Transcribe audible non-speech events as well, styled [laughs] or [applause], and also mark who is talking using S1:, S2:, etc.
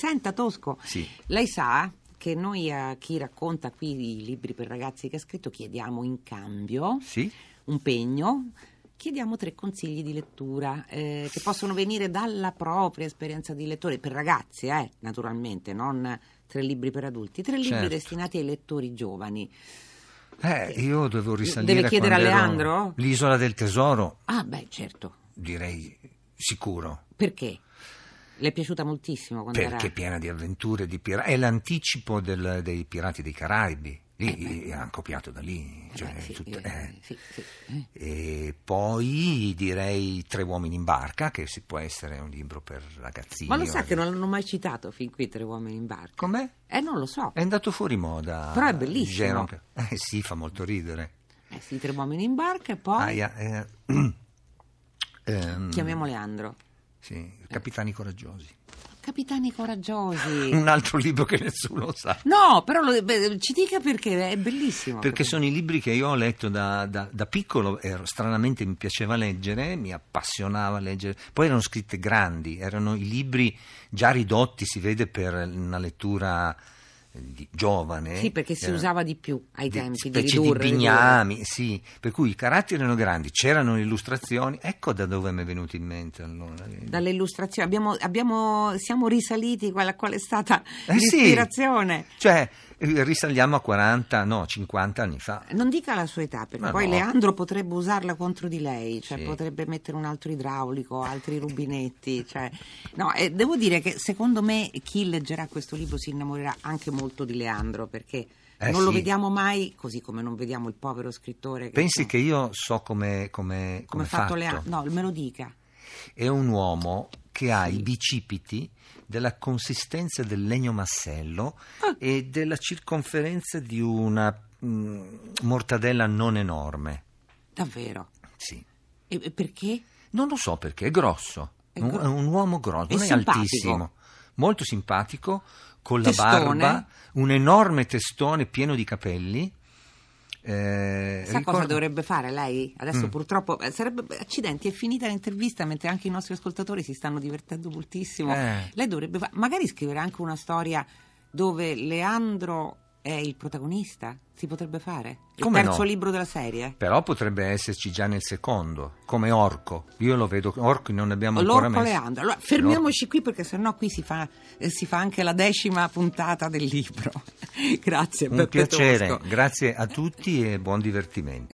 S1: Senta Tosco,
S2: Sì.
S1: lei sa che noi a chi racconta qui i libri per ragazzi che ha scritto chiediamo in cambio
S2: Sì?
S1: un pegno, chiediamo tre consigli di lettura eh, che possono venire dalla propria esperienza di lettore, per ragazzi eh, naturalmente, non tre libri per adulti, tre libri
S2: Certo.
S1: destinati ai lettori giovani.
S2: Eh, io devo risalire
S1: Deve chiedere a
S2: quando ero-
S1: Leandro?
S2: L'isola del tesoro,
S1: Ah beh certo,
S2: direi sicuro.
S1: perché? Le è piaciuta moltissimo quando
S2: Perché è
S1: era...
S2: piena di avventure, di pira- è l'anticipo del- dei pirati dei Caraibi. Lì hanno copiato da lì.
S1: Eh,
S2: cioè,
S1: beh, sì,
S2: tutto-
S1: eh,
S2: eh.
S1: sì, sì, eh.
S2: E poi direi Tre uomini in barca, che si può essere un libro per ragazzini.
S1: Ma lo sa
S2: o-
S1: che non l'hanno mai citato fin qui Tre uomini in barca?
S2: Com'è?
S1: Eh, non lo so.
S2: È andato fuori moda.
S1: Però è bellissimo.
S2: Jerome- Eh sì, fa molto ridere.
S1: Eh, sì, tre uomini in barca e poi
S2: Aia, eh, [clears throat] ehm,
S1: chiamiamo Leandro.
S2: Sì, Capitani Coraggiosi.
S1: Capitani coraggiosi.
S2: [laughs] Un altro libro che nessuno sa.
S1: No, però lo- beh, ci dica perché è bellissimo.
S2: Perché sono i libri che io ho letto da, da- da piccolo, ero- stranamente mi piaceva leggere, mi appassionava leggere, poi erano scritte grandi, erano i libri già ridotti, si vede per una lettura eh, di- giovane.
S1: Sì, perché si
S2: Era-
S1: usava di più ai
S2: Eh, di
S1: tempi di
S2: specie
S1: ridurre.
S2: di
S1: ridurre.
S2: bignami, sì, per cui i caratteri erano grandi, c'erano le illustrazioni, ecco da dove mi è venuto in mente allora.
S1: Dalle illustrazioni abbiamo, abbiamo- siamo risaliti qual, qual è stata
S2: Eh sì.
S1: l'ispirazione.
S2: Cioè, eh, risaliamo a 40, no, 50 anni fa.
S1: Non dica la sua età, perché
S2: Ma
S1: poi
S2: no.
S1: Leandro potrebbe usarla contro di lei, cioè
S2: Sì.
S1: potrebbe mettere un altro idraulico, altri rubinetti. [laughs] cioè- No, eh, devo dire che secondo me chi leggerà questo libro si innamorerà anche molto di Leandro, perché
S2: Eh,
S1: non lo
S2: sì.
S1: vediamo mai, così come non vediamo il povero scrittore. Che,
S2: Pensi
S1: no,
S2: che io so come,
S1: come
S2: come, come
S1: ha
S2: è
S1: fatto
S2: fatto?
S1: Leandro? No, me lo dica.
S2: È un uomo che ha
S1: Sì.
S2: i bicipiti della consistenza del legno massello
S1: Ah.
S2: e della circonferenza di una mm, mortadella non enorme.
S1: Davvero.
S2: Sì.
S1: E- e perché?
S2: Non lo so perché, è grosso.
S1: È
S2: un,
S1: gro-
S2: è un uomo grosso,
S1: È
S2: non è
S1: simpatico.
S2: altissimo. Molto simpatico, con la
S1: Testone.
S2: barba, un enorme testone pieno di capelli. Eh,
S1: Sa
S2: ricordo-
S1: cosa dovrebbe fare lei? Adesso
S2: Mm.
S1: purtroppo eh, sarebbe accidenti, è finita l'intervista mentre anche i nostri ascoltatori si stanno divertendo moltissimo.
S2: Eh.
S1: Lei dovrebbe fa- magari scrivere anche una storia dove Leandro è il protagonista, si potrebbe fare? Il
S2: Come
S1: terzo
S2: no?
S1: libro della serie?
S2: Però potrebbe esserci già nel secondo, come orco. Io lo vedo, orco non ne abbiamo ancora
S1: L'orco
S2: messo.
S1: Leandro. Allora, fermiamoci qui perché sennò qui si fa, eh, si fa anche la decima puntata del libro. [laughs] Grazie
S2: Un
S1: Beppe
S2: piacere,
S1: Tosco.
S2: grazie a tutti e buon divertimento.